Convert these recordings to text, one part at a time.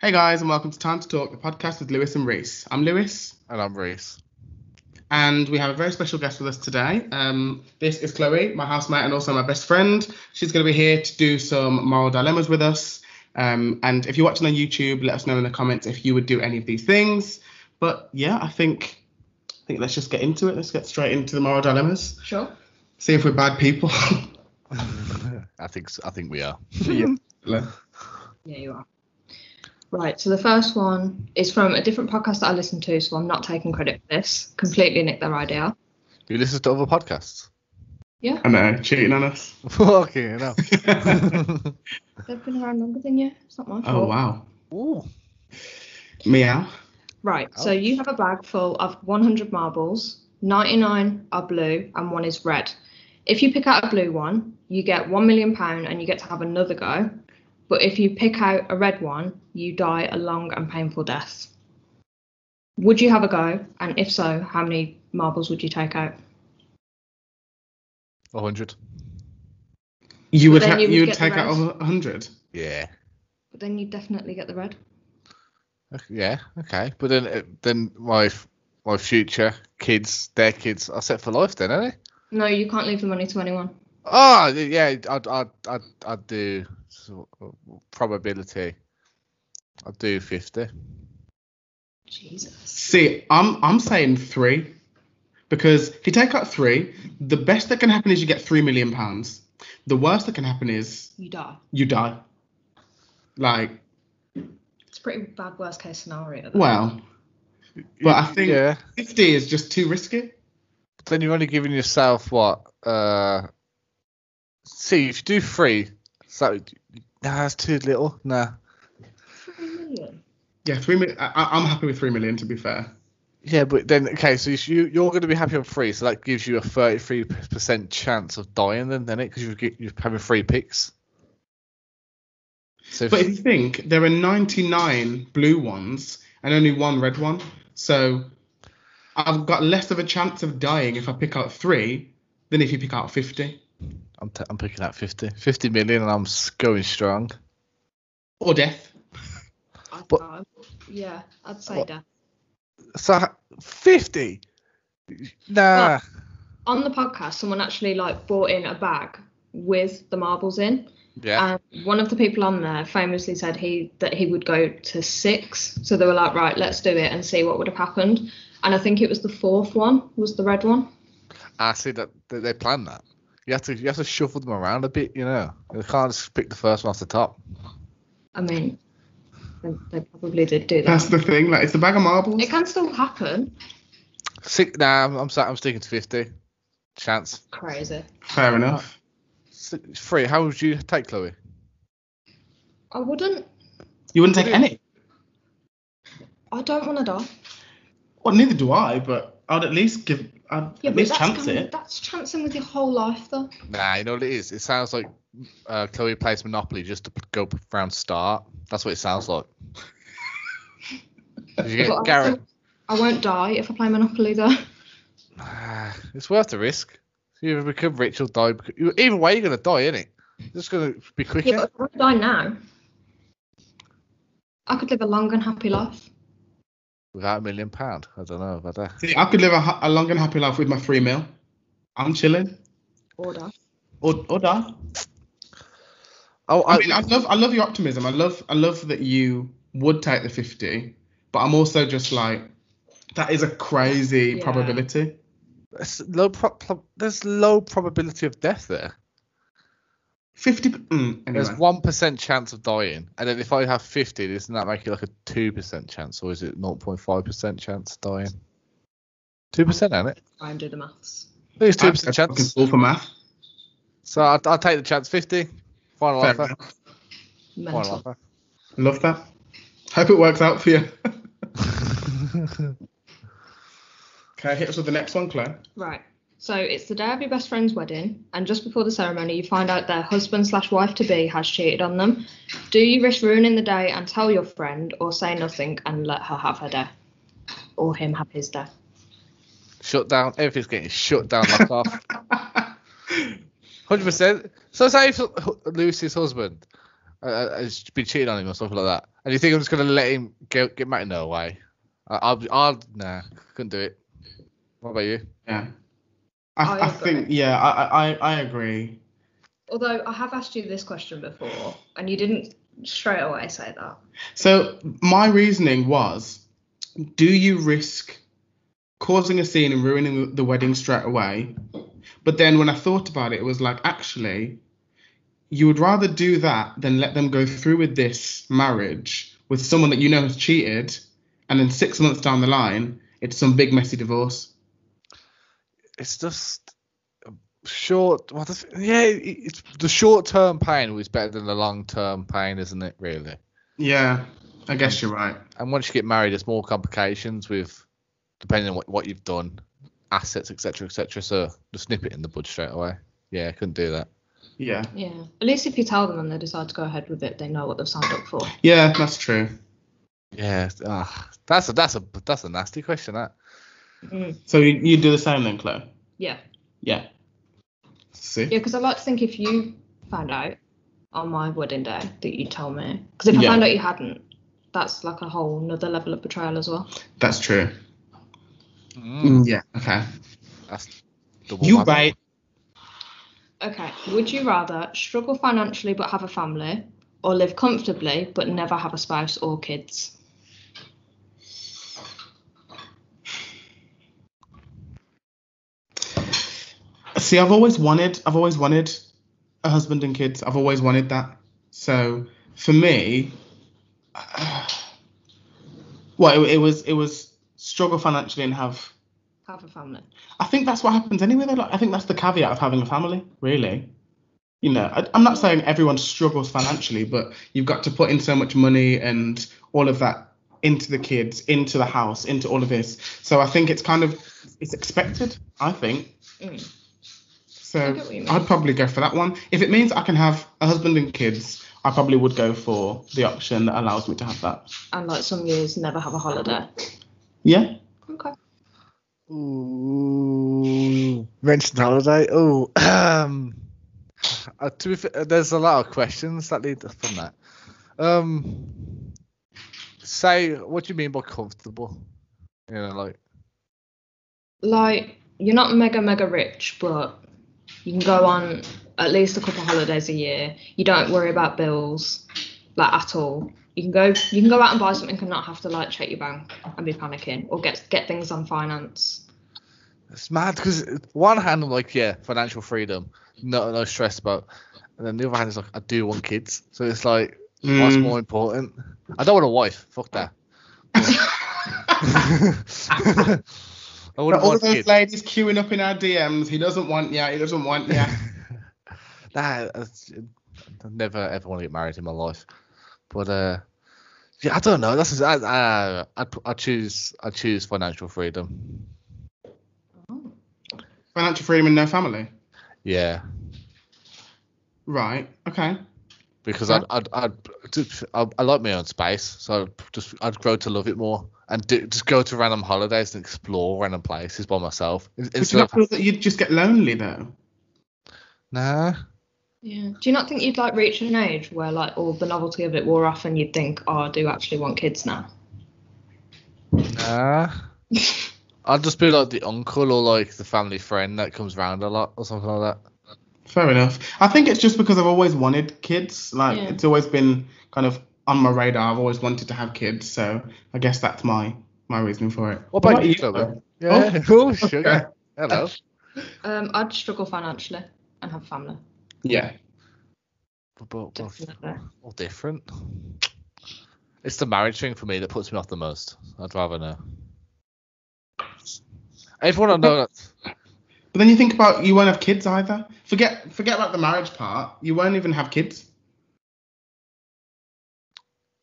Hey guys, and welcome to Time to Talk, the podcast with Lewis and Reese. I'm Lewis, And I'm Reese. and we have a very special guest with us today. Um, this is Chloe, my housemate and also my best friend. She's going to be here to do some moral dilemmas with us. Um, and if you're watching on YouTube, let us know in the comments if you would do any of these things. But yeah, I think I think let's just get into it. Let's get straight into the moral dilemmas. Sure. See if we're bad people. I think s- I think we are. Yeah, you are. Right. So the first one is from a different podcast that I listen to, so I'm not taking credit for this. Completely nicked their idea. You listen to other podcasts. I know, cheating on us. okay, now. They've been around longer than you. It's not my fault. oh wow, Ooh. meow. Right. So Ouch. you have a bag full of 100 marbles. 99 are blue and one is red. If you pick out a blue one, you get one million pound and you get to have another go. But if you pick out a red one, you die a long and painful death. Would you have a go? And if so, how many marbles would you take out? 100. You would then ha- you you would would, get the take out rest. a hundred. Yeah. But then you definitely get the red. Ok- Yeah, okay. But then uh, then my f- my future kids, their kids are set for life then, aren't they? No, you can't leave the money to anyone. Oh, yeah, I'd I'd I'd, I'd do so- probability. I'd do 50. Jesus. See, I'm I'm saying three, because if you take out three, the best that can happen is you get three million pounds. The worst that can happen is You die. you die. Like, It's a pretty bad worst case scenario. though. well, But I think- yeah. fifty is just too risky. then you're only giving yourself what? Uh, see, if you do three, so nah, that's too little. Nah, Three million. Yeah, three million. I, I'm happy with three million to be fair. yeah, but then okay, so if you you're going to be happy on three, so that gives you a 33% chance of dying then, then it because you've g- you're having three picks. So if, But if you think there are 99 blue ones and only one red one, so I've got less of a chance of dying if I pick out three than if you pick out 50 I'm, t- I'm picking out 50, 50 million, and I'm s- going strong. or death. I'd But- die. Yeah, I'd say Well- death. So 50. Nah, On the podcast, someone actually like brought in a bag with the marbles in, yeah, uh, and one of the people on there famously said he that he would go to six. So they were like, right, let's do it and see what would have happened. And I think it was the fourth one was the red one. I see that that they planned that. You have to you have to shuffle them around a bit, you know. You can't just pick the first one off the top. I mean, they, they probably did do That's that. the thing. Like, it's a bag of marbles. It can still happen. Six, nah, I'm, I'm sa- I'm sticking to fifty. Chance Crazy. Fair enough. Six, three. How would you take Chloe? I wouldn't. You wouldn't take any. I don't want to die. Well, neither do I, but I'd at least give. I'd Yeah, at but least that's chance kind of- it. That's chancing with your whole life, though. Nah, you know what it is. It sounds like uh, Chloe plays Monopoly just to p- go p- round start. That's what it sounds like. Did you But get I Garrett? won't- I won't die if I play Monopoly, though. Nah, it's worth the risk. You either become rich or die. bec- you- Either way, you're gonna die, innit? It's gonna be quicker. Yeah, but if I won't die now, I could live a long and happy life. Without a million pound, I don't know about that. See, I could live a, ha- a long and happy life with my free meal. I'm chilling. Or die. Or, or die. Oh, I mean, I love, I love your optimism. I love, I love that you would take the 50, but I'm also just like, that is a crazy Yeah. probability. It's low pro- pro- there's low probability of death there. 50. Mm, anyway. There's one percent chance of dying, and then if I have fifty, doesn't that make it like a two percent chance, or is it 0.5 percent chance of dying? Two percent, ain't it? Try and do the maths. I think it's two I'm percent fucking chance. school for math. So I'll, I'll take the chance. Fifty. Final Fair offer. enough. Final Mental. offer. Love that. Hope it works out for you. Okay, hit us with the next one, Claire. Right. So it's the day of your best friend's wedding, and just before the ceremony, you find out their husband slash wife to be has cheated on them. Do you risk ruining the day and tell your friend, or say nothing and let her have her day, or him have his day? Shut down. Everything's getting shut down, locked off. Hundred percent. So say if Lucy's husband uh, has been cheating on him or something like that, and you think I'm just gonna let him get get married? No way. I, I'll, be- I'll, nah, couldn't do it. What about you? Yeah. I, I I think yeah, I, I I I agree. Although I have asked you this question before, and you didn't straight away say that. So my reasoning was, do you risk causing a scene and ruining the wedding straight away? But then when I thought about it, it was like actually, you would rather do that than let them go through with this marriage with someone that you know has cheated, and then six months down the line, it's some big messy divorce. It's just um, short. What the, yeah, it- it's the short term pain was better than the long term pain, isn't it? Really. Yeah, I guess you're right. And once you get married, there's more complications with depending on what, what you've done, assets, etc., etc. So just snip it in the bud straight away. Yeah, I couldn't do that. Yeah, Yeah. At least if you tell them and they decide to go ahead with it, they know what they've signed up for. yeah, that's true. Yeah, ah, that's a that's a that's a nasty question. That So you, you do the same then, Chloe? Yeah. Yeah. See? Yeah, because I like to think if you found out on my wedding day that you told me, because if I Yeah. found out you hadn't, that's like a whole nother level of betrayal as well. That's true. Mm, yeah. Okay. that's double You whammy. right. Okay. Would you rather struggle financially but have a family, or live comfortably but never have a spouse or kids? See, I've always wanted, I've always wanted a husband and kids. I've always wanted that. So for me, well, it, it was, it was struggle financially and have. Have a family. I think that's what happens anyway. Though. Like, I think that's the caveat of having a family, really. You know, I, I'm not saying everyone struggles financially, but you've got to put in so much money and all of that into the kids, into the house, into all of this. So I think it's kind of it's expected. I think. Mm. I So get what you mean. I'd probably go for that one. If it means I can have a husband and kids, I probably would go for the option that allows me to have that. And like some years, never have a holiday. Yeah. Okay. Ooh, mentioned holiday. Oh, um, uh, to be fair, there's a lot of questions that lead from that. Um, say what do you mean by comfortable? You know, like Like you're not mega mega rich, but you can go on at least a couple holidays a year. You don't worry about bills, like at all. You can go you can go out and buy something and not have to like check your bank and be panicking or get get things on finance. it's mad because one hand I'm like, yeah, financial freedom, no no stress about, and then the other hand is like, I do want kids, so it's like, what's Mm. more important? I don't want a wife. Fuck that. I But wouldn't all want those kids. ladies queuing up in our DMs. He doesn't want yeah. He doesn't want yeah. Nah, that's- I never ever want to get married in my life. But uh, yeah, I don't know. That's I I I, I choose I choose financial freedom. Financial freedom and no family. Yeah, Right. Okay. because Yeah. I'd, I'd, I'd, i I like my own space, so I'd just I'd grow to love it more and do, just go to random holidays and explore random places by myself. In- Would you Instead not of feel that you'd just get lonely though? nah, Yeah. Do you not think you'd like reach an age where like all the novelty of it wore off and you'd think, oh, I do actually want kids now? nah. I'd just be like the uncle or like the family friend that comes round a lot or something like that. Fair enough. I think it's just because I've always wanted kids. Like Yeah. it's always been kind of on my radar. I've always wanted to have kids, so I guess that's my my reasoning for it. What about you, though? Chloe? Yeah. Oh, sugar. Hello. Um, I'd struggle financially and have a family. Yeah. But, but, but Definitely. all different. It's the marriage thing for me that puts me off the most. I'd rather know. Everyone I know that But then you think about you won't have kids either. Forget forget about the marriage part. You won't even have kids.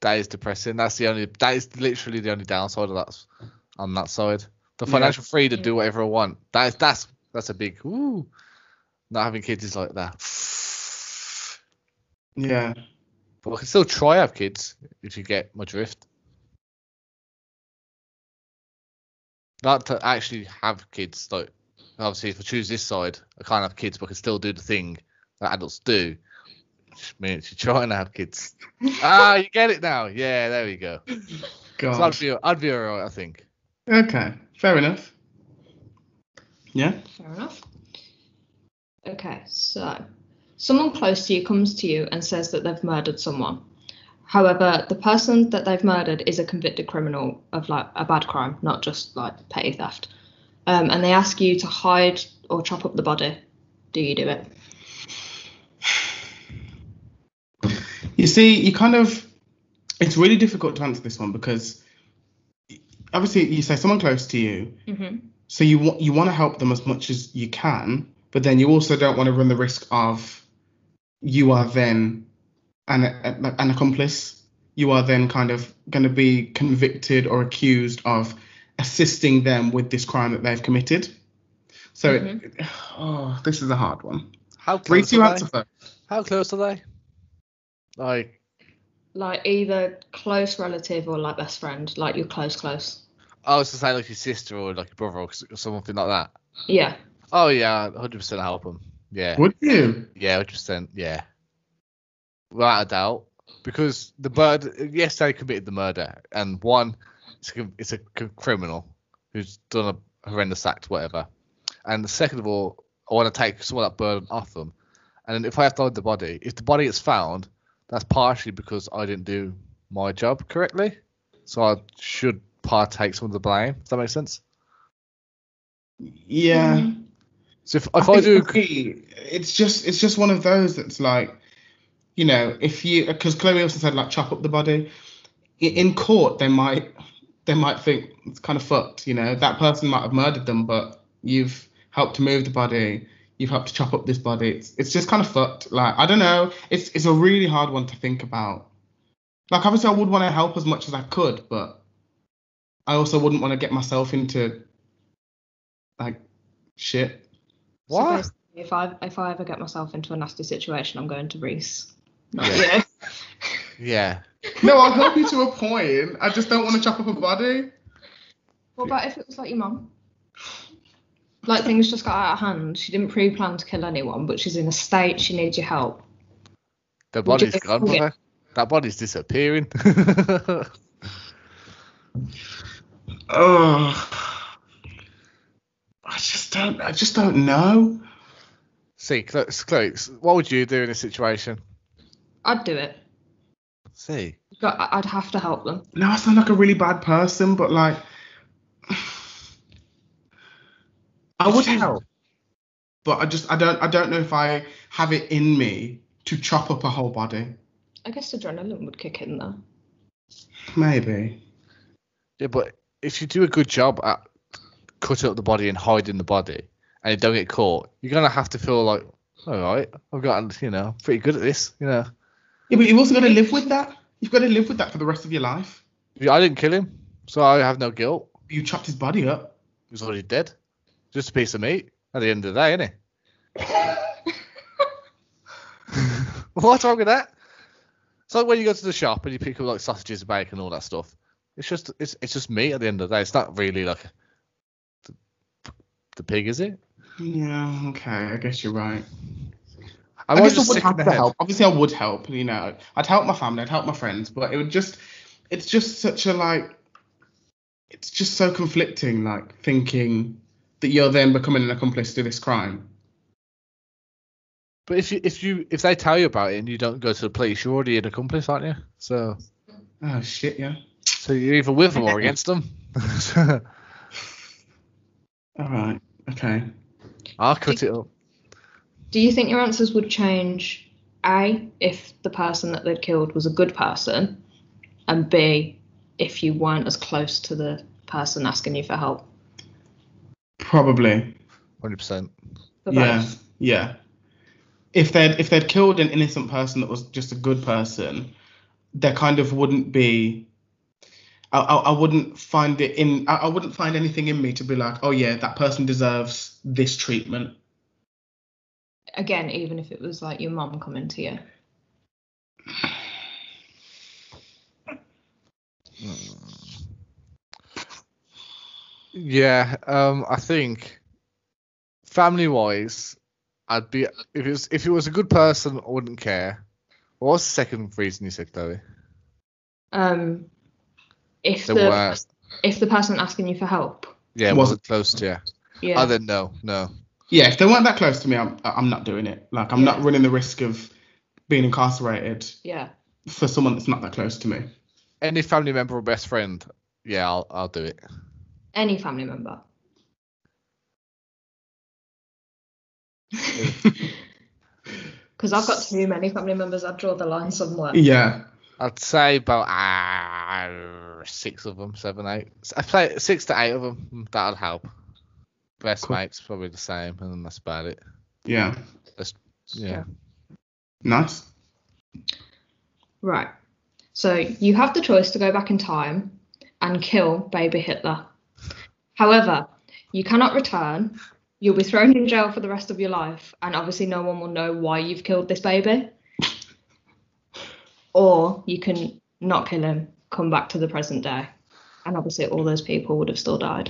that is depressing. That's the only that is literally the only downside of that on that side. The Yeah. financial freedom to do whatever I want. That's that's that's a big ooh. Not having kids is like that. Yeah. But I can still try have kids if you get my drift. Not to actually have kids though. Obviously, if I choose this side, I can't have kids, but I can still do the thing that adults do. Which means you're trying to have kids. ah, you get it now. Yeah, there we go. So God. I'd be, I'd be alright, I think. Okay. Fair enough. Yeah. Fair enough. Okay, so someone close to you comes to you and says that they've murdered someone. However, the person that they've murdered is a convicted criminal of like a bad crime, not just like petty theft. Um, and they ask you to hide or chop up the body. Do you do it? You see, you kind of it's really difficult to answer this one because obviously you say someone close to you, Mm-hmm. so you want you want to help them as much as you can, but then you also don't want to run the risk of you are then an a- an accomplice. You are then kind of going to be convicted or accused of assisting them with this crime that they've committed. So, it- oh, this is a hard one. How Reese, close you are answer they? first. How close are they? Like, Like either close relative or like best friend, like you're close, close. I was to say like your sister or like your brother or s- something like that. Yeah. Oh yeah, hundred percent help them. Yeah, Would you? yeah, hundred percent. Yeah, without a doubt, because the bird. Yes, they committed the murder, and one, it's a, con- it's a c- criminal who's done a horrendous act, whatever. And the second of all, I want to take some of that burden off them. And if I have to hide the body, if the body is found, that's partially because I didn't do my job correctly, so I should partake some of the blame. Does that make sense? Yeah. Mhm. So if, if I I do, think for me, it's just it's just one of those that's like, you know, if you because Chloe also said like chop up the body. I- In court, they might they might think it's kind of fucked. You know, that person might have murdered them, but you've helped to move the body. You've helped to chop up this body. It's it's just kind of fucked. Like I don't know. It's it's a really hard one to think about. Like obviously, I would want to help as much as I could, but I also wouldn't want to get myself into like shit. So What? basically, if I if I ever get myself into a nasty situation, I'm going to Reese. Not Yeah. you. yeah, No, I'll help you to a point. I just don't want to chop up a body. What about if it was like your mum? Like things just got out of hand. She didn't pre-plan to kill anyone, but she's in a state. She needs your help. The body's just gone, hung it. brother. That body's disappearing. Oh, I just don't. I just don't know. See, Clo- Chloe, s- what would you do in this situation? I'd do it. See, But I- I'd have to help them. No, I sound like a really bad person, but like, I would help, but I just I don't I don't know if I have it in me to chop up a whole body. I guess adrenaline would kick in though. Maybe. yeah, but if you do a good job at cutting up the body and hiding the body, and you don't get caught, you're gonna have to feel like, all right, I've got, you know, pretty good at this. You know, Yeah, but you've also got to live with that. You've got to live with that for the rest of your life. Yeah, I didn't kill him, so I have no guilt. You chopped his body up. He was already dead. Just a piece of meat at the end of the day, innit? What's wrong with that? It's like when you go to the shop and you pick up like sausages, bacon, and all that stuff. It's just it's it's just meat at the end of the day. It's not really like the, the pig, is it? Yeah. Okay. I guess you're right. I I, guess was I just would sick in have the to head. help. Obviously, I would help. You know, I'd help my family, I'd help my friends, but it would just, it's just such a like, it's just so conflicting. Like thinking that you're then becoming an accomplice to this crime. But if you if you if they tell you about it and you don't go to the police, you're already an accomplice, aren't you? So Oh shit, yeah. so you're either with them or against them. All right. Okay. I'll cut it up. Do you think your answers would change? A, if the person that they'd killed was a good person, and B, if you weren't as close to the person asking you for help. Probably. Hundred percent. For yeah. both. Yeah. If they'd if they'd killed an innocent person that was just a good person, there kind of wouldn't be. I, I, I wouldn't find it in. I, I wouldn't find anything in me to be like, oh yeah, that person deserves this treatment. Again, even if it was like your mom coming to you. Yeah, um, I think family wise, I'd be if it was if it was a good person, I wouldn't care. What was the second reason you said, Chloe? Um, if The the, worst. if the person asking you for help, Yeah, Was- wasn't close to yeah. yeah, Other no, no. Yeah, if they weren't that close to me, I'm I'm not doing it. Like I'm not Yeah. running the risk of being incarcerated yeah, for someone that's not that close to me. Any family member or best friend, yeah, I'll I'll do it. any family member. Because I've got too many family members, I'd draw the line somewhere. Yeah. I'd say about ah, six of them, seven, eight. I play six to eight of them. That'll help. Best Cool. mates probably the same, and then that's about it. Yeah. Yeah. Nice. Right. So you have the choice to go back in time and kill baby Hitler. However, you cannot return. You'll be thrown in jail for the rest of your life, and obviously, no one will know why you've killed this baby. Or you can not kill him, come back to the present day, and obviously, all those people would have still died.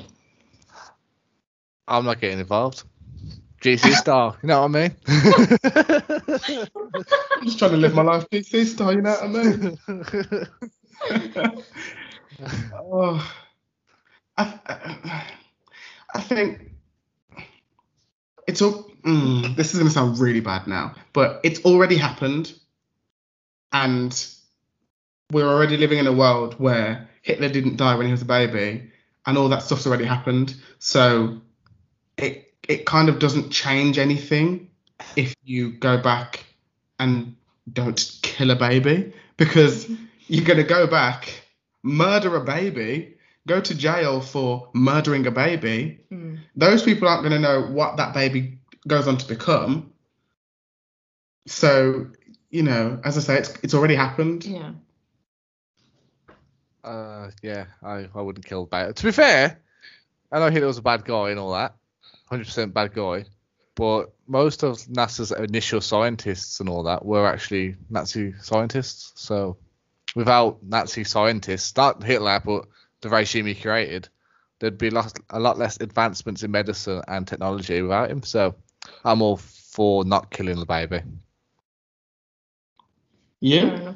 I'm not getting involved. GC star, you know what I I'm just trying to live my life PC style, you know what I mean? mean? oh, I, I, I think it's all. Mm, this is gonna sound really bad now, but it's already happened, and we're already living in a world where Hitler didn't die when he was a baby, and all that stuff's already happened. So it it kind of doesn't change anything if you go back and don't kill a baby because you're gonna go back murder a baby, go to jail for murdering a baby, Mm. those people aren't going to know what that baby goes on to become. So, you know, as I say, it's, it's already happened. Yeah. Uh, yeah, I, I wouldn't kill Bayer. To be fair, I know Hitler was a bad guy and all that, 100% bad guy, but most of NASA's initial scientists and all that were actually Nazi scientists. So without Nazi scientists, not Hitler, but the regime he created, there'd be lot, a lot less advancements in medicine and technology without him. So I'm all for not killing the baby. Fair enough.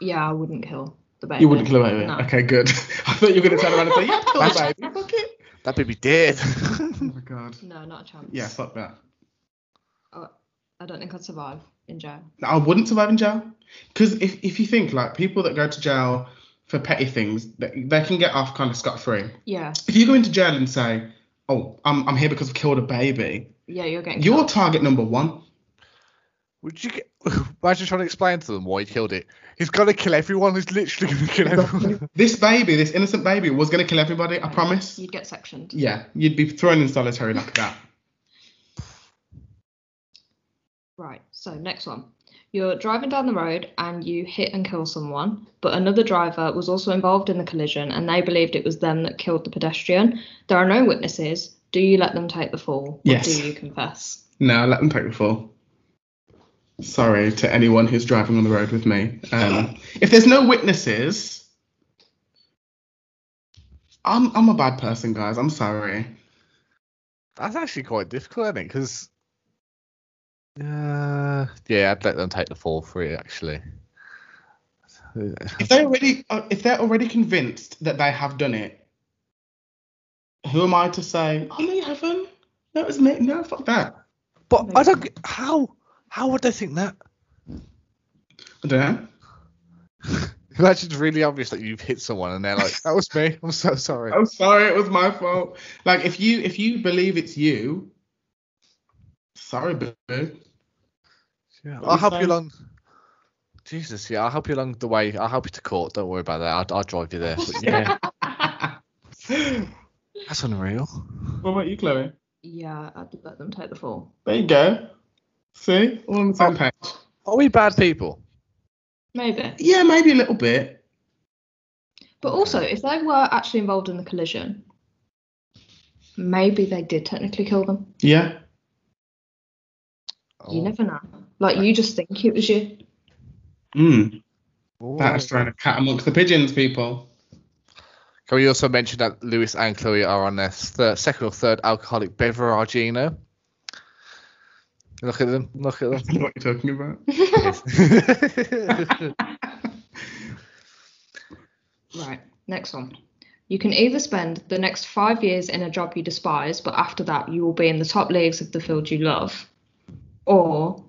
Yeah, I wouldn't kill the baby. You wouldn't kill a baby. No. Okay, good. I thought you were going to turn around and say, yeah, kill a baby. Fuck it. That baby dead. Oh my God. No, not a chance. Yeah, fuck that. I don't think I'd survive in jail. I wouldn't survive in jail. Because if, if you think, like, people that go to jail for petty things, they, they can get off kind of scot free. Yeah. If you go into jail and say, oh, I'm, I'm here because I've killed a baby, Yeah, you're getting. You're killed. target number one. Would you get, imagine trying to explain to them why he killed it? He's gonna kill everyone. He's literally gonna kill everyone. This baby, this innocent baby, was going to kill everybody, I promise. You'd get sectioned. Yeah, you'd be thrown in solitary like that. Right, so next one. You're driving down the road and you hit and kill someone, but another driver was also involved in the collision and they believed it was them that killed the pedestrian. There are no witnesses. Do you let them take the fall? Yes. Or do you confess? No, let them take the fall. Sorry to anyone who's driving on the road with me. Um, if there's no witnesses, I'm I'm a bad person, guys. I'm sorry. That's actually quite difficult, isn't it? Because uh, yeah, I'd let them take the fall for it. Actually, If they're already uh, if they're already convinced that they have done it, who am I to say? Oh no, you haven't. No, it's me. No, fuck that. but I don't. get- How how would they think that? I don't know. Imagine it's really obvious that you've hit someone and they're like, "That was me. I'm so sorry." I'm sorry, it was my fault. Like if you if you believe it's you, sorry, boo. Yeah, I'll help you sorry. along. Jesus, yeah, I'll help you along the way. I'll help you to court. Don't worry about that. I'll, I'll drive you there. But yeah, that's unreal. what about you, Chloe? Yeah, I'd let them take the fall. There you go. See, all on the same page. Are we bad people? Maybe. Yeah, maybe a little bit. But also, if they were actually involved in the collision, maybe they did technically kill them. Yeah. Oh. You never know. Like you just think it was you. Mm. Oh. That's trying to cat amongst the pigeons, people. Can we also mention that Lewis and Chloe are on their third, second or third alcoholic beveragino? Look at them. Look at them. I know what you're talking about. Right. Next one. You can either spend the next five years in a job you despise, but after that you will be in the top leagues of the field you love, or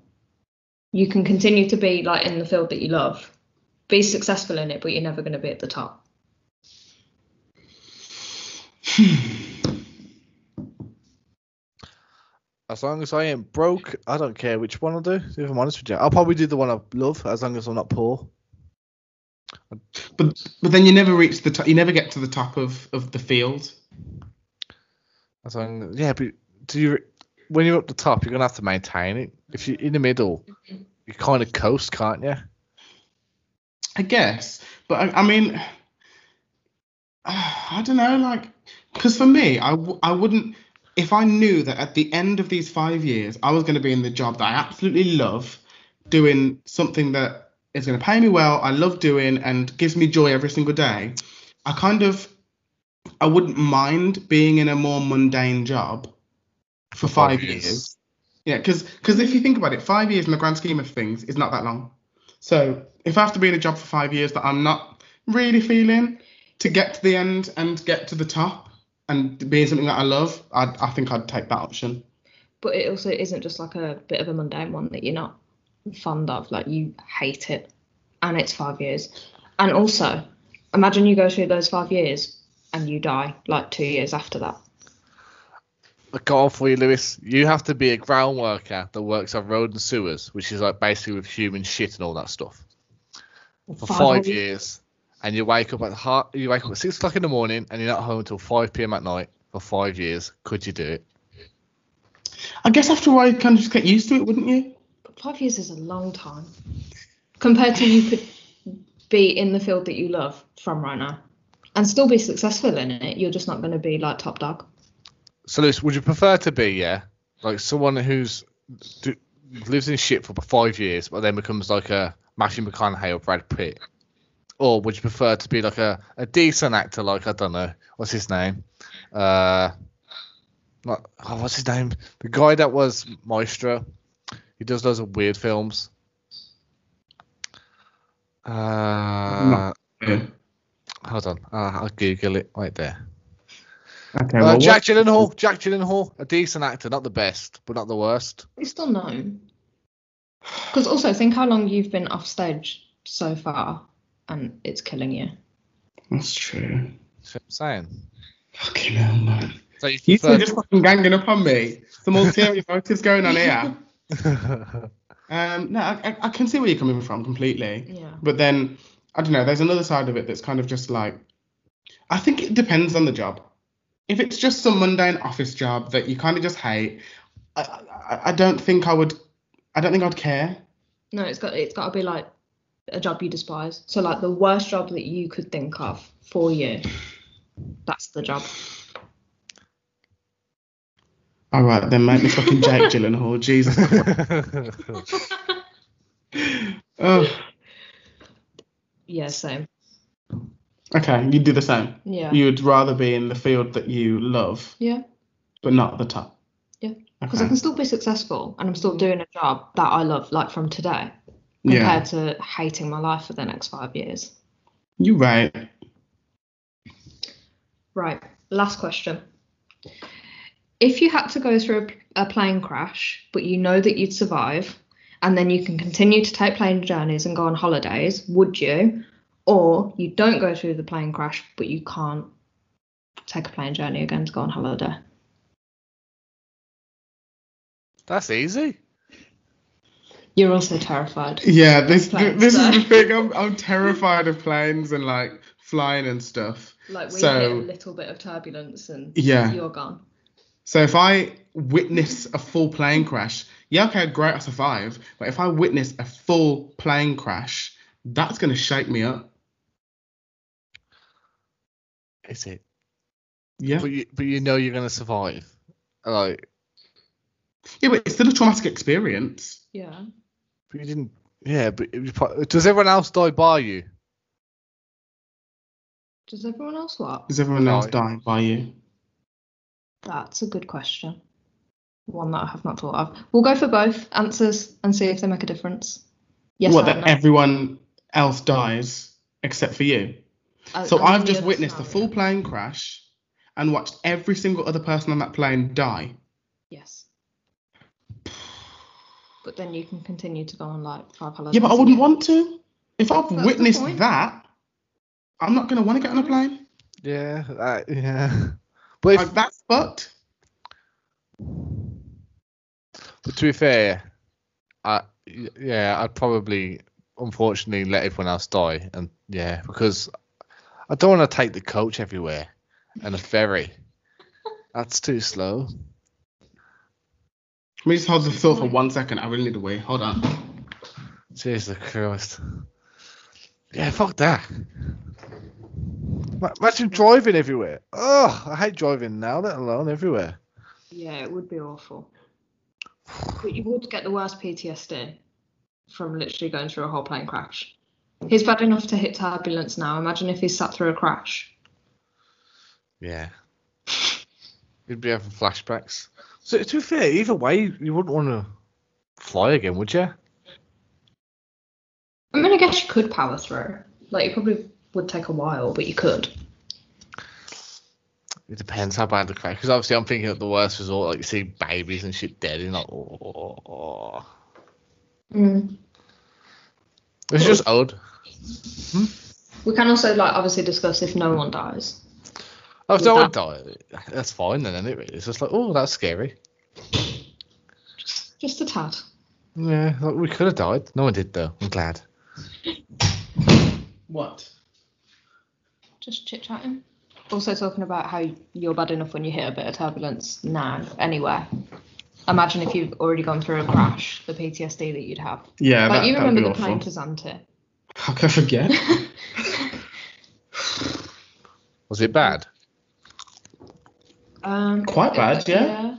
you can continue to be like in the field that you love, be successful in it, but you're never going to be at the top. as long as I ain't broke, I don't care which one I do. If I'm honest with you, I'll probably do the one I love as long as I'm not poor. But but then you never reach the top. You never get to the top of of the field. As long, yeah. But do you when you're up the top, you're gonna have to maintain it. If you're in the middle, you kind of coast, can't you? I guess. But I, I mean, I don't know. Like, because for me, I w- I wouldn't. If I knew that at the end of these five years, I was going to be in the job that I absolutely love, doing something that is going to pay me well, I love doing, and gives me joy every single day, I kind of, I wouldn't mind being in a more mundane job for five years. Yeah, because if you think about it, five years in the grand scheme of things is not that long. So if I have to be in a job for five years that I'm not really feeling to get to the end and get to the top and be in something that I love, I, I think I'd take that option. But it also isn't just like a bit of a mundane one that you're not fond of, like you hate it, and it's five years. And also, imagine you go through those five years and you die like two years after that. I got off for you, Lewis. You have to be a ground worker that works on road and sewers, which is like basically with human shit and all that stuff, for Five five, whole- years. And you wake up at heart, you wake up at six o'clock in the morning, and you're not home until five p.m. at night for five years. Could you do it? I guess after a while you kind of just get used to it, wouldn't you? Five years is a long time compared to you could be in the field that you love from right now and still be successful in it. You're just not going to be like top dog. So, Lewis, would you prefer to be yeah, like someone who's do, lives in shit for five years, but then becomes like a Matthew McConaughey or Brad Pitt, or would you prefer to be like a, a decent actor, like I don't know what's his name, uh, not oh, what's his name, the guy that was Maestro, he does loads of weird films. Uh, Yeah. hold on, uh, I'll Google it right there. Okay. Uh, well, Jack Gyllenhaal. Jack Gyllenhaal, a decent actor, not the best, but not the worst. It's still known. Because also, think how long you've been off stage so far and it's killing you. what- That's true. That's what I'm saying. Fucking hell, man. So you You two are prefer- just fucking ganging up on me. Some ulterior motives going on here. Um, no, I, I- I can see where you're coming from completely. Yeah. But then, I don't know, there's another side of it that's kind of just like, I think it depends on the job. If it's just some mundane office job that you kind of just hate, I, I, I don't think I would, I don't think I'd care. No, it's got it's got to be like a job you despise. So like the worst job that you could think of for you. That's the job. All right, then make me fucking Jake Gyllenhaal. Jesus. Oh, Yeah, same. okay, you'd do the same. Yeah. You would rather be in the field that you love, yeah. but not at the top. Yeah. Because I Okay. can still be successful and I'm still doing a job that I love, like from today, Mm. Yeah, compared to hating my life for the next five years. you're right. Right. Last question. If you had to go through a, a plane crash, but you know that you'd survive, and then you can continue to take plane journeys and go on holidays, would you? Or you don't go through the plane crash, but you can't take a plane journey again to go on holiday. That's easy. You're also terrified. Yeah, this Planes, this is so- the thing. I'm I'm terrified of planes and like flying and stuff. Like we So- get a little bit of turbulence and Yeah. you're gone. So if I witness a full plane crash, yeah, okay, great, I survive. But if I witness a full plane crash, that's gonna shake me up. is it? Yeah. But you, but you know you're gonna survive. Like, Yeah, but it's still a traumatic experience. Yeah. but you didn't. Yeah, but it was pro- does everyone else die by you? Does everyone else what? Does everyone else No. die by you? That's a good question. One that I have not thought of. We'll go for both answers and see if they make a difference. Yes. what, or that no. everyone else dies except for you? Uh, So and then I've the just other witnessed the scenario. full plane crash and watched every single other person on that plane die. Yes. But then you can continue to go on like five holidays. Yeah, but I wouldn't want to. If I've That's the point. witnessed that, I'm not going to want to get on a plane. Yeah, that, yeah. But, if, Like, that's fucked. but to be fair, I y- yeah, I'd probably unfortunately let everyone else die, and yeah, because I don't want to take the coach everywhere and a ferry. That's too slow. Let me just hold the thought for one second. I really need a wee. Hold on. Jesus Christ. Yeah, fuck that. Ma- Imagine driving everywhere. Oh, I hate driving now, let alone everywhere. Yeah, it would be awful. But you would get the worst PTSD from literally going through a whole plane crash. He's bad enough to hit turbulence now. Imagine if he sat through a crash. Yeah. You'd be having flashbacks. So to be fair, either way, you- you wouldn't want to fly again, would you? I mean, I guess you could power through. Like, it probably would take a while, but you could. It depends how bad the crash. Because obviously, I'm thinking of the worst resort. Like you see babies and shit dead, and you're like, oh. It's just odd. We can also, like, obviously discuss if no one dies. Oh, if Would no one died, that's fine then, isn't it? It's just like, oh, that's scary. Just, just a tad. Yeah, like, we could have died. No one did though. I'm glad. What? Just chit chatting. Also, talking about how you're bad enough when you hit a bit of turbulence now, anywhere. Imagine if you've already gone through a crash, the PTSD that you'd have. Yeah, like, that, you that would remember be awful. the plane to Zante? How can I forget? Was it bad? Um, Quite bad, yeah.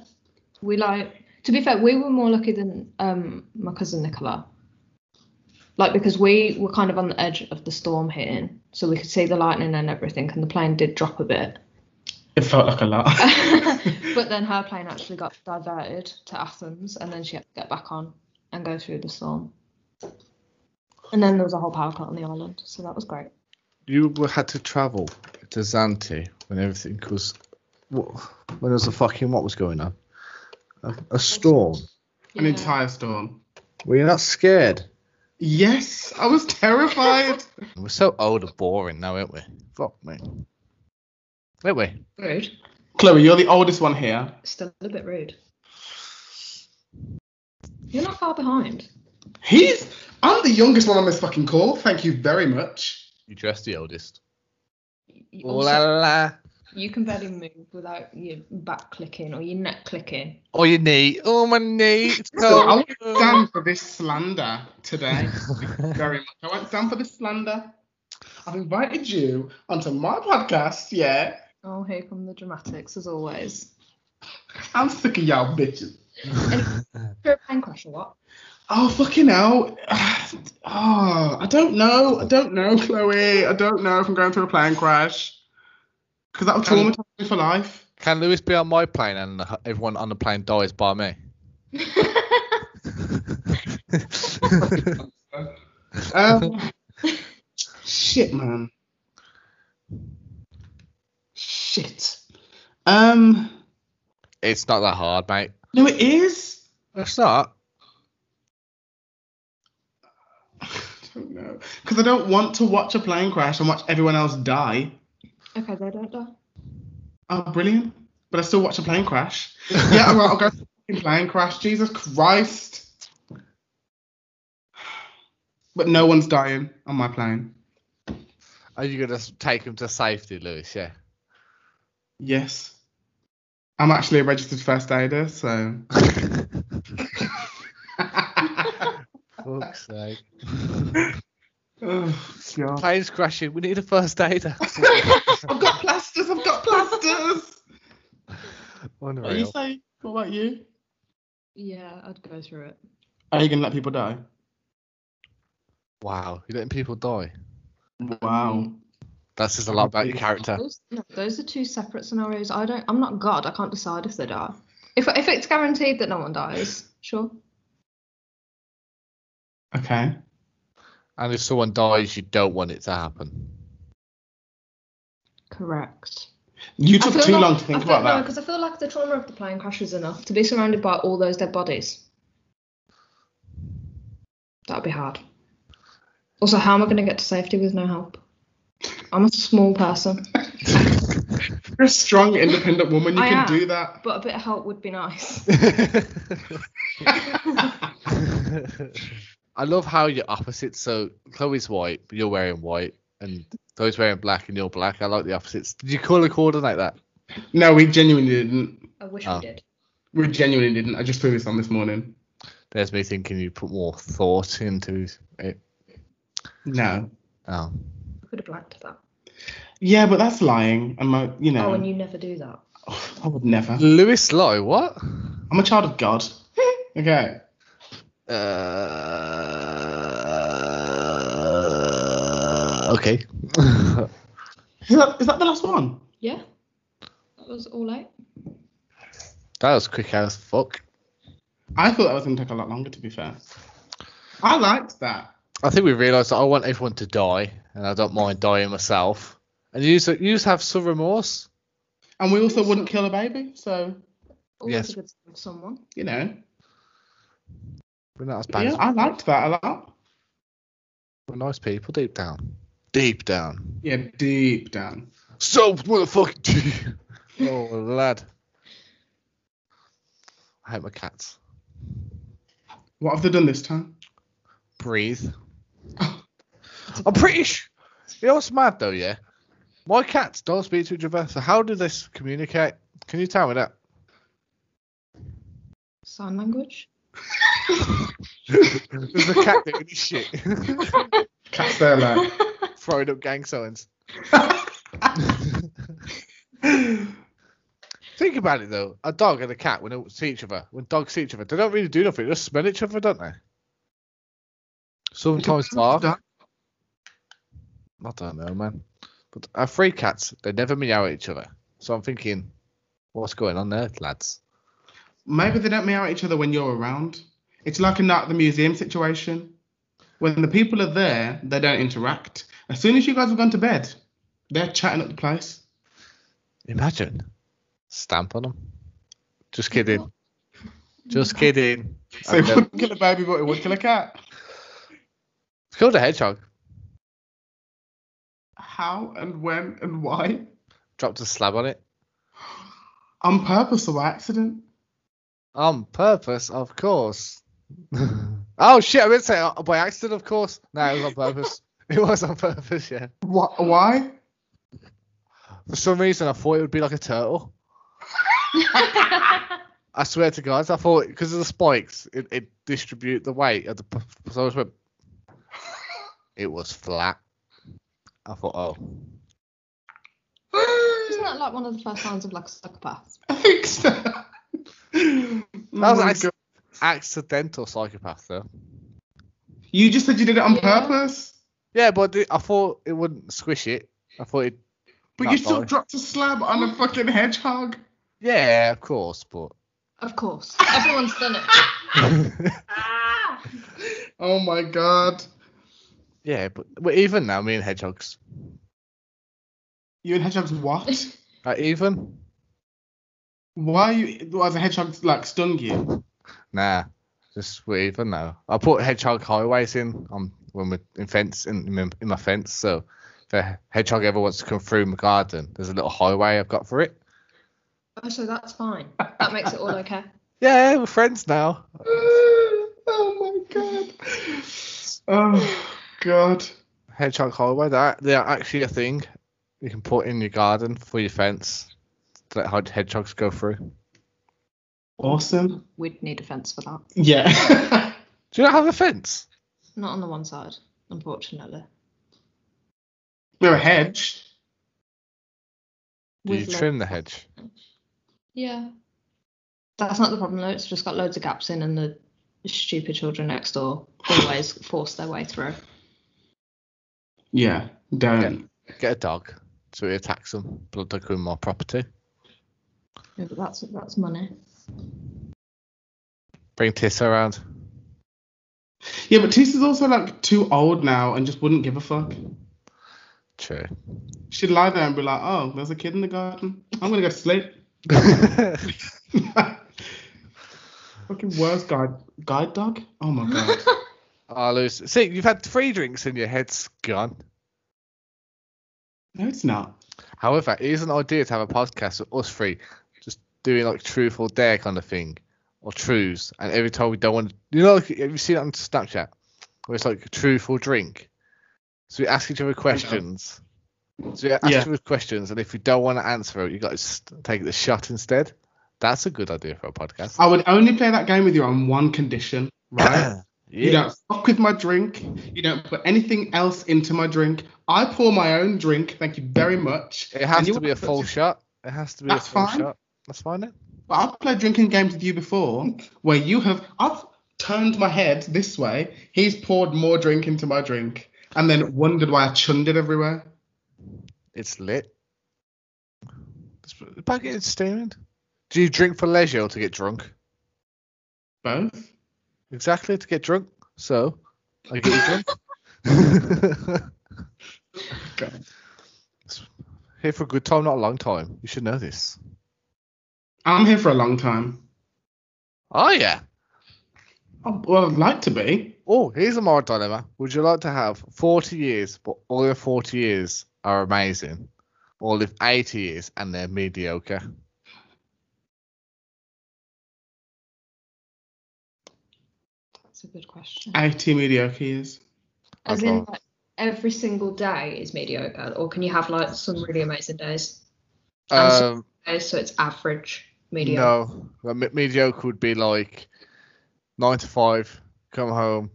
We like to be fair, we were more lucky than um my cousin Nicola. Like because we were kind of on the edge of the storm hitting, so we could see the lightning and everything, and the plane did drop a bit. it felt like a lot. but then her plane actually got diverted to Athens, and then she had to get back on and go through the storm. And then there was a whole power cut on the island, so that was great. You were- had to travel to Zante when everything was. What, when there was a fucking. What was going on? A, a storm. An entire storm. Were you not scared? Yes, I was terrified. We're so old and boring now, aren't we? Fuck me. Aren't we? Rude. Chloe, you're the oldest one here. Still a bit rude. You're not far behind. He's. I'm the youngest one on this fucking call. Thank you very much. You dressed the oldest. You, Oh also- la la. you can barely move without your back clicking or your neck clicking. Oh, your knee. Oh, my knee. It's So I cold. won't stand for this slander today. very much. I won't stand for this slander. I've invited you onto my podcast. Yeah, Oh, here come the dramatics as always. I'm sick of y'all bitches. You're a plane crash or what? Oh fucking hell. Oh, I don't know. I don't know, Chloe. I don't know if I'm going through a plane crash. Because that'll Can- traumatize me for life. Can Lewis be on my plane and the- everyone on the plane dies by me? Um, shit, man. Shit. Um, it's not that hard, mate. no, it is. It's not. I don't know. Because I don't want to watch a plane crash and watch everyone else die. okay, they don't die. Oh, brilliant. But I still watch a plane crash. yeah, all right, I'll go to a plane crash. Jesus Christ. But no one's dying on my plane. Are you gonna s- take him to safety, Lewis? Yeah. Yes. I'm actually a registered first aider, so. Fuck's sake. Oh, God. Plane's crashing. We need a first aider. I've got plasters. I've got plasters. What you Unreal. say? What about you? Yeah, I'd go through it. Are you gonna let people die? Wow, you're letting people die. Wow. That says a lot about your character. Those, no, those are two separate scenarios. I don't. I'm not God. I can't decide if they die. If if it's guaranteed that no one dies, sure. Okay. And if someone dies, you don't want it to happen. Correct. You I took feel too like- long to think I feel, about no, that. because I feel like the trauma of the plane crash was enough to be surrounded by all those dead bodies. That'd be hard. Also, how am I going to get to safety with no help? I'm a small person, You're a strong, independent woman. You I can am. do that. but a bit of help would be nice. I love how you're opposite. So Chloe's white, but you're wearing white, and Chloe's wearing black, and you're black. I like the opposites. Did you colour coordinate that? no, we genuinely didn't. I wish Oh. we did. We genuinely didn't. I just threw this on this morning. There's me thinking you put more thought into it. No. Oh, I could have blanked that. Yeah, but that's lying. I'm a, you know, Oh, and you never do that. I would never. Lewis Lowe, what? I'm a child of God. okay. Uh, okay. Is that, is that the last one? Yeah, that was all eight. that was quick as fuck. I thought that was going to take a lot longer, to be fair. I liked that. I think we realised that I want everyone to die, and I don't mind dying myself. And you just, you just have some remorse. And we also wouldn't kill a baby, so, Always Yes. a good sign of someone. you know. We're not as bad. Yeah, as I liked that a lot. we're nice people deep down. Deep down. Yeah, deep down. So motherfucking deep. oh lad. I hate my cats. What have they done this time? Breathe. I'm pretty sure. You know what's mad though, yeah? My cats don't speak to each other, so how do they s- communicate? Can you tell me that? Sign language. There's a cat doing this shit, Cats there, like. throwing up gang signs. Think about it though. A dog and a cat when they see each other, when dogs see each other, they don't really do nothing. They just smell each other, don't they? Sometimes bark. I don't know, man. But our three cats, they never meow at each other. So I'm thinking, what's going on there, lads? Maybe they don't meow at each other when you're around. It's like a night at the museum situation. When the people are there, they don't interact. As soon as you guys have gone to bed, they're chatting at the place. Imagine. Stamp on them. Just kidding. Just kidding. So it Okay. wouldn't kill a baby, but it would kill a cat. It's called a hedgehog. How and when and why? Dropped a slab on it. On purpose or by accident? On purpose, of course. oh shit, I meant to say uh, by accident, of course. No, it was on purpose. it was on purpose, yeah. Wh- why? For some reason, I thought it would be like a turtle. I swear to God, I thought because of the spikes, it, it distribute the weight of the. p- p- So I just went. It was flat. I thought, oh, Isn't that like one of the first signs of like a psychopath? I think so. Oh that that was acc- accidental psychopath though. You just said you did it on Yeah. purpose, Yeah, but the- I thought it wouldn't squish it. I thought it. but Not you still by. dropped a slab on a fucking hedgehog. Yeah, of course, but. Of course, everyone's done it. Oh my god. yeah, but we're even now, me and hedgehogs. You and hedgehogs what? Are even? Why are you was a hedgehog like stung you? Nah, just we're even now. I put hedgehog highways in on when we're in fence in, in, my- in my fence. So if a hedgehog ever wants to come through my garden, there's a little highway I've got for it. Oh, so that's fine. That makes it all okay. Yeah, we're friends now. oh my god. Oh god. Hedgehog highway, they are, they are actually a thing you can put in your garden for your fence to let hed- hedgehogs go through. Awesome. We'd need a fence for that. Yeah. Do you not have a fence? Not on the one side. unfortunately. We're a hedge. Do you With lo- trim the hedge? Yeah. That's not the problem though. It's just got loads of gaps in, and the stupid children next door always force their way through. Yeah, don't. Get a dog so it attacks them, blood dog with more property. Yeah, but that's that's money. Bring Tissa around. Yeah, but Tissa's also like too old now and just wouldn't give a fuck. True. She'd lie there and be like, "Oh, there's a kid in the garden. I'm gonna go sleep." Fucking worst guide guide dog. Oh my god. oh, Lewis. See, you've had three drinks and your head's gone. No, it's not. However, it is an idea to have a podcast with us three, just doing like truth or dare kind of thing, or truths. And every time we don't want, you know, like, have you seen it on Snapchat where it's like truth or drink? So we ask each other questions. So we ask Yeah. each other questions, and if we don't want to answer it, you got to take the shot instead. That's a good idea for a podcast. I would only play that game with you on one condition, right? You Yeah. don't fuck with my drink. You don't put anything else into my drink. I pour my own drink. Thank you very much. It has And you to be a won't put- full shot. It has to be That's a full fine. shot. That's fine. Then. But I've played drinking games with you before where you have I've turned my head this way, he's poured more drink into my drink, and then wondered why I chunned it everywhere. It's lit. It's- About getting steaming. Do you drink for leisure or to get drunk? Both. Exactly, to get drunk. So, I get you drunk. Okay. Here for a good time, not a long time. You should know this. I'm here for a long time. Oh, yeah. Oh, well, I'd like to be. Oh, here's a moral dilemma. Would you like to have 40 years, but all your 40 years are amazing? Or live 80 years and they're mediocre? That's a good question. 80 mediocre years. As Okay. in, like, every single day is mediocre, or can you have like some really amazing days? And so- Um, Days, So it's average, mediocre. no. Well, me- Mediocre would be like 9 to 5, come home,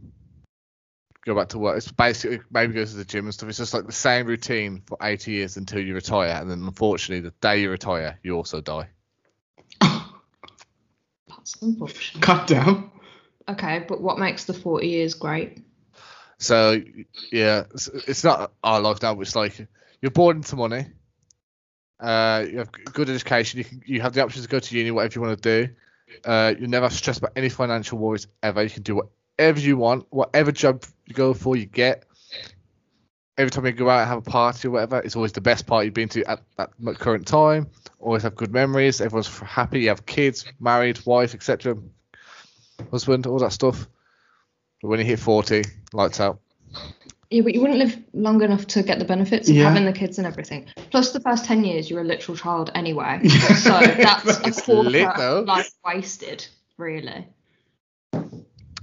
go back to work. It's basically maybe go to the gym and stuff. It's just like the same routine for 80 years until you retire, and then unfortunately, the day you retire, you also die. That's unfortunate. God damn. Okay, but what makes the 40 years great? So yeah, it's, it's not our life now. but It's like you're born into money. Uh, you have g- good education. You can, you have the option to go to uni, whatever you want to do. Uh, you never have stress about any financial worries ever. You can do whatever you want, whatever job you go for, you get. Every time you go out and have a party or whatever, it's always the best party you've been to at that mo- current time. Always have good memories. Everyone's f- happy. You have kids, married, wife, etc. Husband, all that stuff. But when you hit 40, lights out. Yeah, but you wouldn't live long enough to get the benefits of Yeah. having the kids and everything. Plus, the first 10 years, you're a literal child anyway. So that's a It's quarter lit, though. of life wasted, really. No,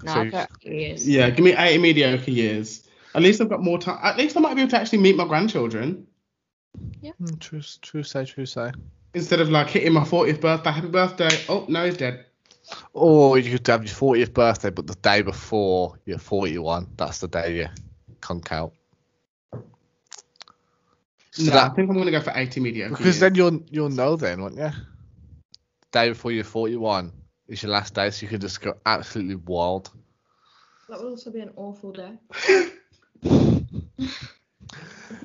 So I you- don't years. Yeah, give me 80 mediocre years. At least I've got more time. At least I might be able to actually meet my grandchildren Mm, True, true say, true say. instead of like hitting my 40th birthday. Happy birthday. Oh, no, he's dead. Or you could have your fortieth birthday, but the day before you're forty-one, that's the day you conk out. So no, I that, think I'm going to go for 80 mediocre. because years. then you'll you'll know then, won't you? The day before you're forty-one is your last day, so you can just go absolutely wild. That would also be an awful day.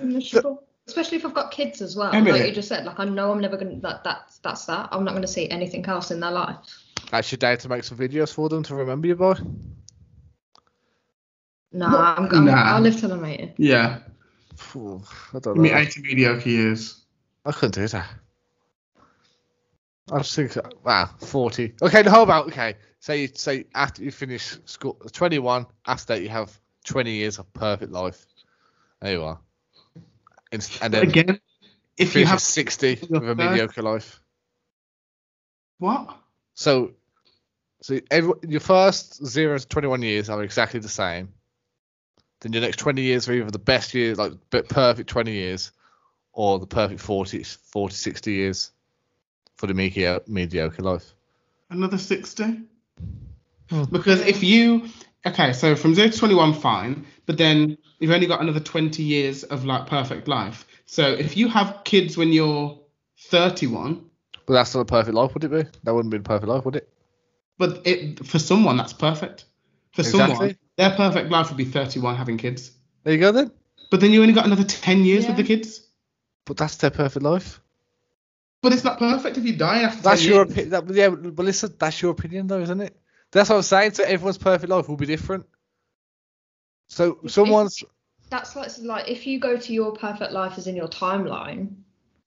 miserable. Especially if I've got kids as well. Wait a minute. Like you just said, like I know I'm never gonna that that's that's that. I'm not gonna see anything else in their life. That's your day to make some videos for them to remember you by. No, I'm, I'm Nah. I'll live till I'm 80. Yeah, Phew, I don't give me know. 80 mediocre years. I couldn't do eh? that. I just think, wow, Ah, forty. Okay, no, how about okay? Say you say after you finish school, twenty-one. After that, you have twenty years of perfect life. There you are. And, and then Again, if you finish at have sixty your with a first- mediocre life. what? So, so every, your first zero to twenty-one years are exactly the same. Then your next twenty years are either the best years, like the perfect twenty years, or the perfect 40, 40 60 years for the mediocre, mediocre life. Another 60? Hmm. Because if you, okay, so from 0 to 21, fine. but then you've only got another 20 years of like perfect life. So if you have kids when you're 31, But that's not a perfect life, would it be? That wouldn't be a perfect life, would it? but it for someone that's perfect. For someone, Exactly. their perfect life would be 31 having kids. There you go then. But then you only got another 10 years with the Yeah. kids. But that's their perfect life. But it's not perfect if you die after. That's 10 your years. opinion. That, yeah, but listen, that's your opinion though, isn't it? That's what I'm saying. So everyone's perfect life will be different. So someone's That's like, like if you go to your perfect life as in your timeline,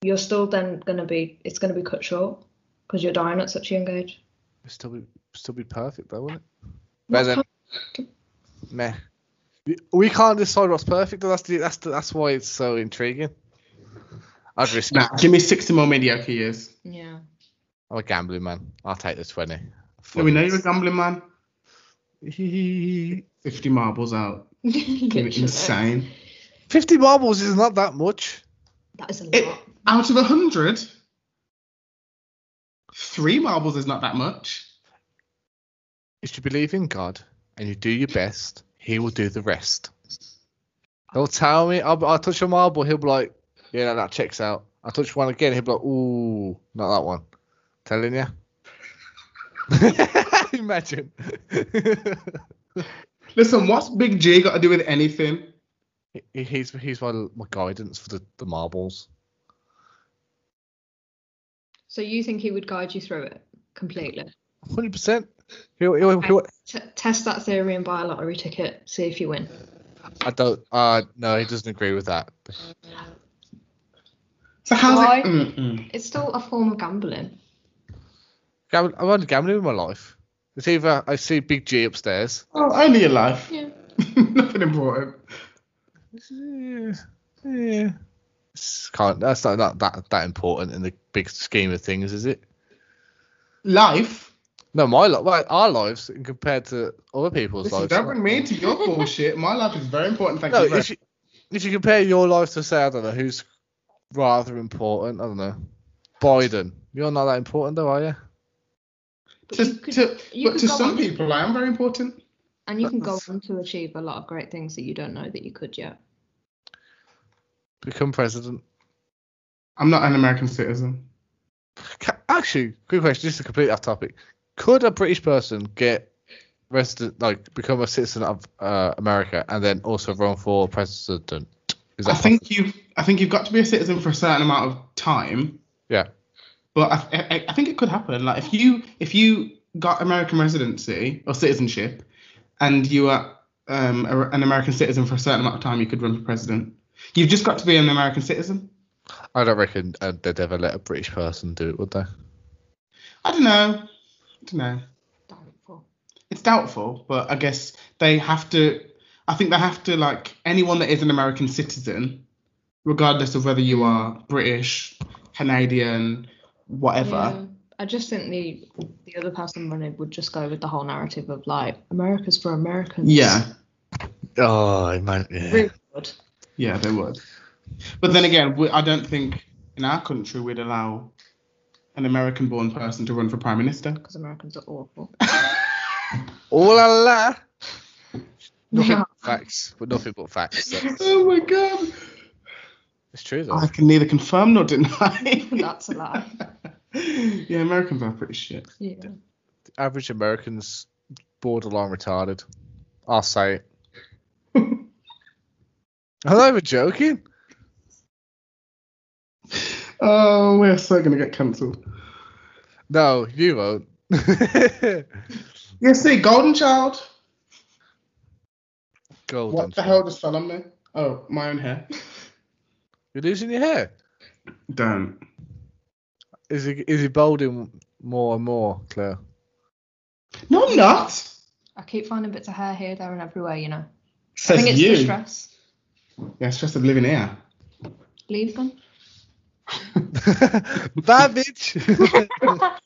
you're still then gonna be it's gonna be cut short because you're dying at such a young age. still be still be perfect though, wouldn't it? Not Better meh. We- We can't decide what's perfect. Though. That's the, that's the, that's why it's so intriguing. I'd risk. it. Nah, give me 60 more mediocre years. Yeah. I'm a gambling man. I'll take the twenty. So we know you're a gambling man. Fifty 50 marbles out. You're insane. marbles is not that much. That is a lot. It, out of 100, three marbles is not that much. If you believe in God and you do your best, He will do the rest. He'll tell me. I'll, I'll touch a marble. He'll be like, "Yeah, that, that checks out." I touch one again. He'll be like, "Ooh, not that one." Telling you. Imagine. Listen, what's Big G got to do with anything? He- he's he's my my guidance for the, the marbles. So you think he would guide you through it completely? Hundred percent. He'll, he'll, he'll, T- test that theory and buy a lottery ticket. See if you win. I don't. Uh, no, he doesn't agree with that. So how's Why? it? Mm-hmm. Mm-mm. It's still a form of gambling. Gam- I've only gambling in my life. It's either I see Big G upstairs. Oh, only your life. Yeah. Nothing important. Yeah, yeah. It's can't. That's not, not that that important in the big scheme of things, is it? Life. No, my life, like, our lives compared to other people's Listen, lives. don't bring me into your bullshit. My life is very important. Thank No, you. very- if you, if you compare your life to say I don't know who's rather important, I don't know. Biden, you're not that important though, are you? But to, you could- to- you but could to go some on- people, I am very important. And you can go That's- on to achieve a lot of great things that you don't know that you could yet. Become president. I'm not an American citizen. Ca- Actually, good question. This is completely off topic. Could a British person get resident, like become a citizen of uh, America, and then also run for president? Is I that think you. I think you've got to be a citizen for a certain amount of time. Yeah. But I, I, I think it could happen. Like if you if you got American residency or citizenship, and you are um, a, an American citizen for a certain amount of time, you could run for president. You've just got to be an American citizen. I don't reckon uh, they'd ever let a British person do it, would they? I don't know. I don't know. Doubtful. It's doubtful, but I guess they have to. I think they have to like anyone that is an American citizen, regardless of whether you are British, Canadian, whatever. I just think the the other person running would just go with the whole narrative of like America's for Americans. Yeah, Oh man, yeah. Really good. yeah, they would. But then again, we, I don't think in our country we'd allow an American-born person to run for prime minister. Because Americans are awful. Oh la la. Nothing Yeah. but facts, but nothing but facts. so. Oh my god! It's true though. I can neither confirm nor deny. That's a lie. yeah, Americans are pretty shit. Yeah. Average Americans borderline retarded. I'll say it. I'm not even joking. Oh, we're so gonna get cancelled. No, you won't. You see, Golden Child. Golden. What the child. hell just fell on me? Oh, my own hair. You're losing your hair. Don't. Is he is he balding more and more, Claire? No, I'm not. I keep finding bits of hair here, there, and everywhere. You know. I Says think it's you. the stress. Yeah, stress of living here. Leave them. that bitch.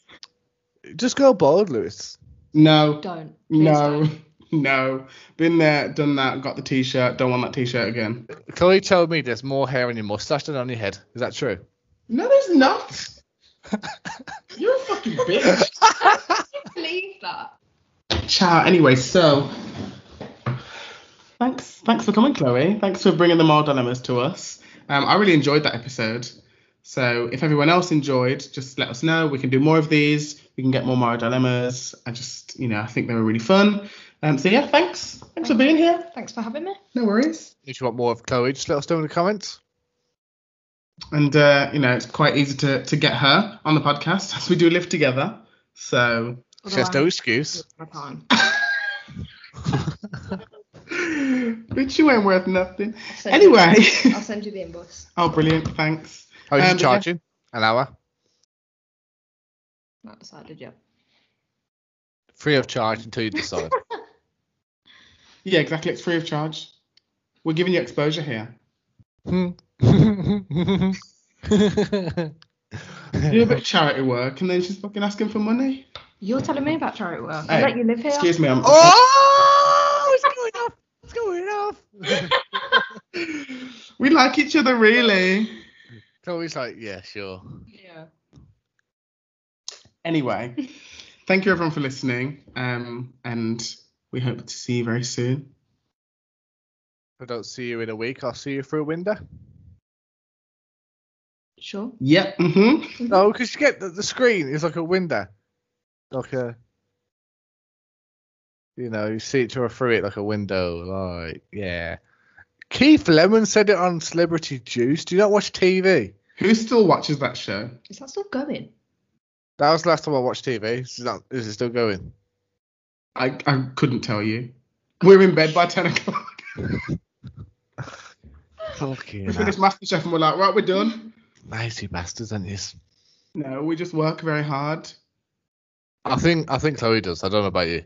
Just go bald, Lewis. No, Don't. Please no, don't. no. Been there, done that. Got the t-shirt. Don't want that t-shirt again. Chloe told me there's more hair on your mustache than on your head. Is that true? No, there's not. You're a fucking bitch. Believe that. Ciao. Anyway, so Thanks, thanks for coming, Chloe. Thanks for bringing the moral dilemmas to us. Um, I really enjoyed that episode. So if everyone else enjoyed, just let us know. We can do more of these. We can get more moral dilemmas. I just, you know, I think they were really fun. Um, so yeah, thanks. Thanks for being here. Thanks for having me. No worries. If you want more of Chloe, just let us know in the comments. And uh, you know, it's quite easy to to get her on the podcast as we do live together. So She has no excuse. I can't. But you ain't worth nothing. I'll send you- Anyway. I'll send you the invoice. oh, brilliant. Thanks. How much Um, is but she yeah. charging? An hour? Not decided yet. Free of charge until you decide. Yeah, exactly. It's free of charge. We're giving you exposure here. Hmm. Do a bit of charity work, and then she's fucking asking for money. You're telling me about charity work. Hey, I bet you live here. Excuse me. I'm. oh, it's going off. It's going off. We like each other, really. Chloe's like, yeah, sure. Yeah. Anyway, thank you everyone for listening, um, and we hope to see you very soon. If I don't see you in a week, I'll see you through a window. Sure. Yep. hmm No, because you get the, the screen is like a window, like a. You know, you see each other through it like a window, like yeah. Keith Lemon said it on Celebrity Juice. Do you not watch TV? Who still watches that show? Is that still going? That was the last time I watched TV. Is, that, is it still going? I I couldn't tell you. We're in bed by ten o'clock. Fucking We finished MasterChef and we're like, right, we're done. nasty masters, and this. No, we just work very hard. I think I think Chloe does. I don't know about you.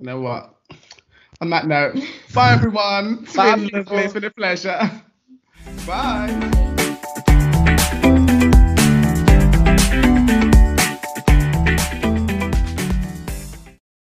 You know what? On that note, bye everyone. It's Bye, been lovely. people. It's been a pleasure. Bye.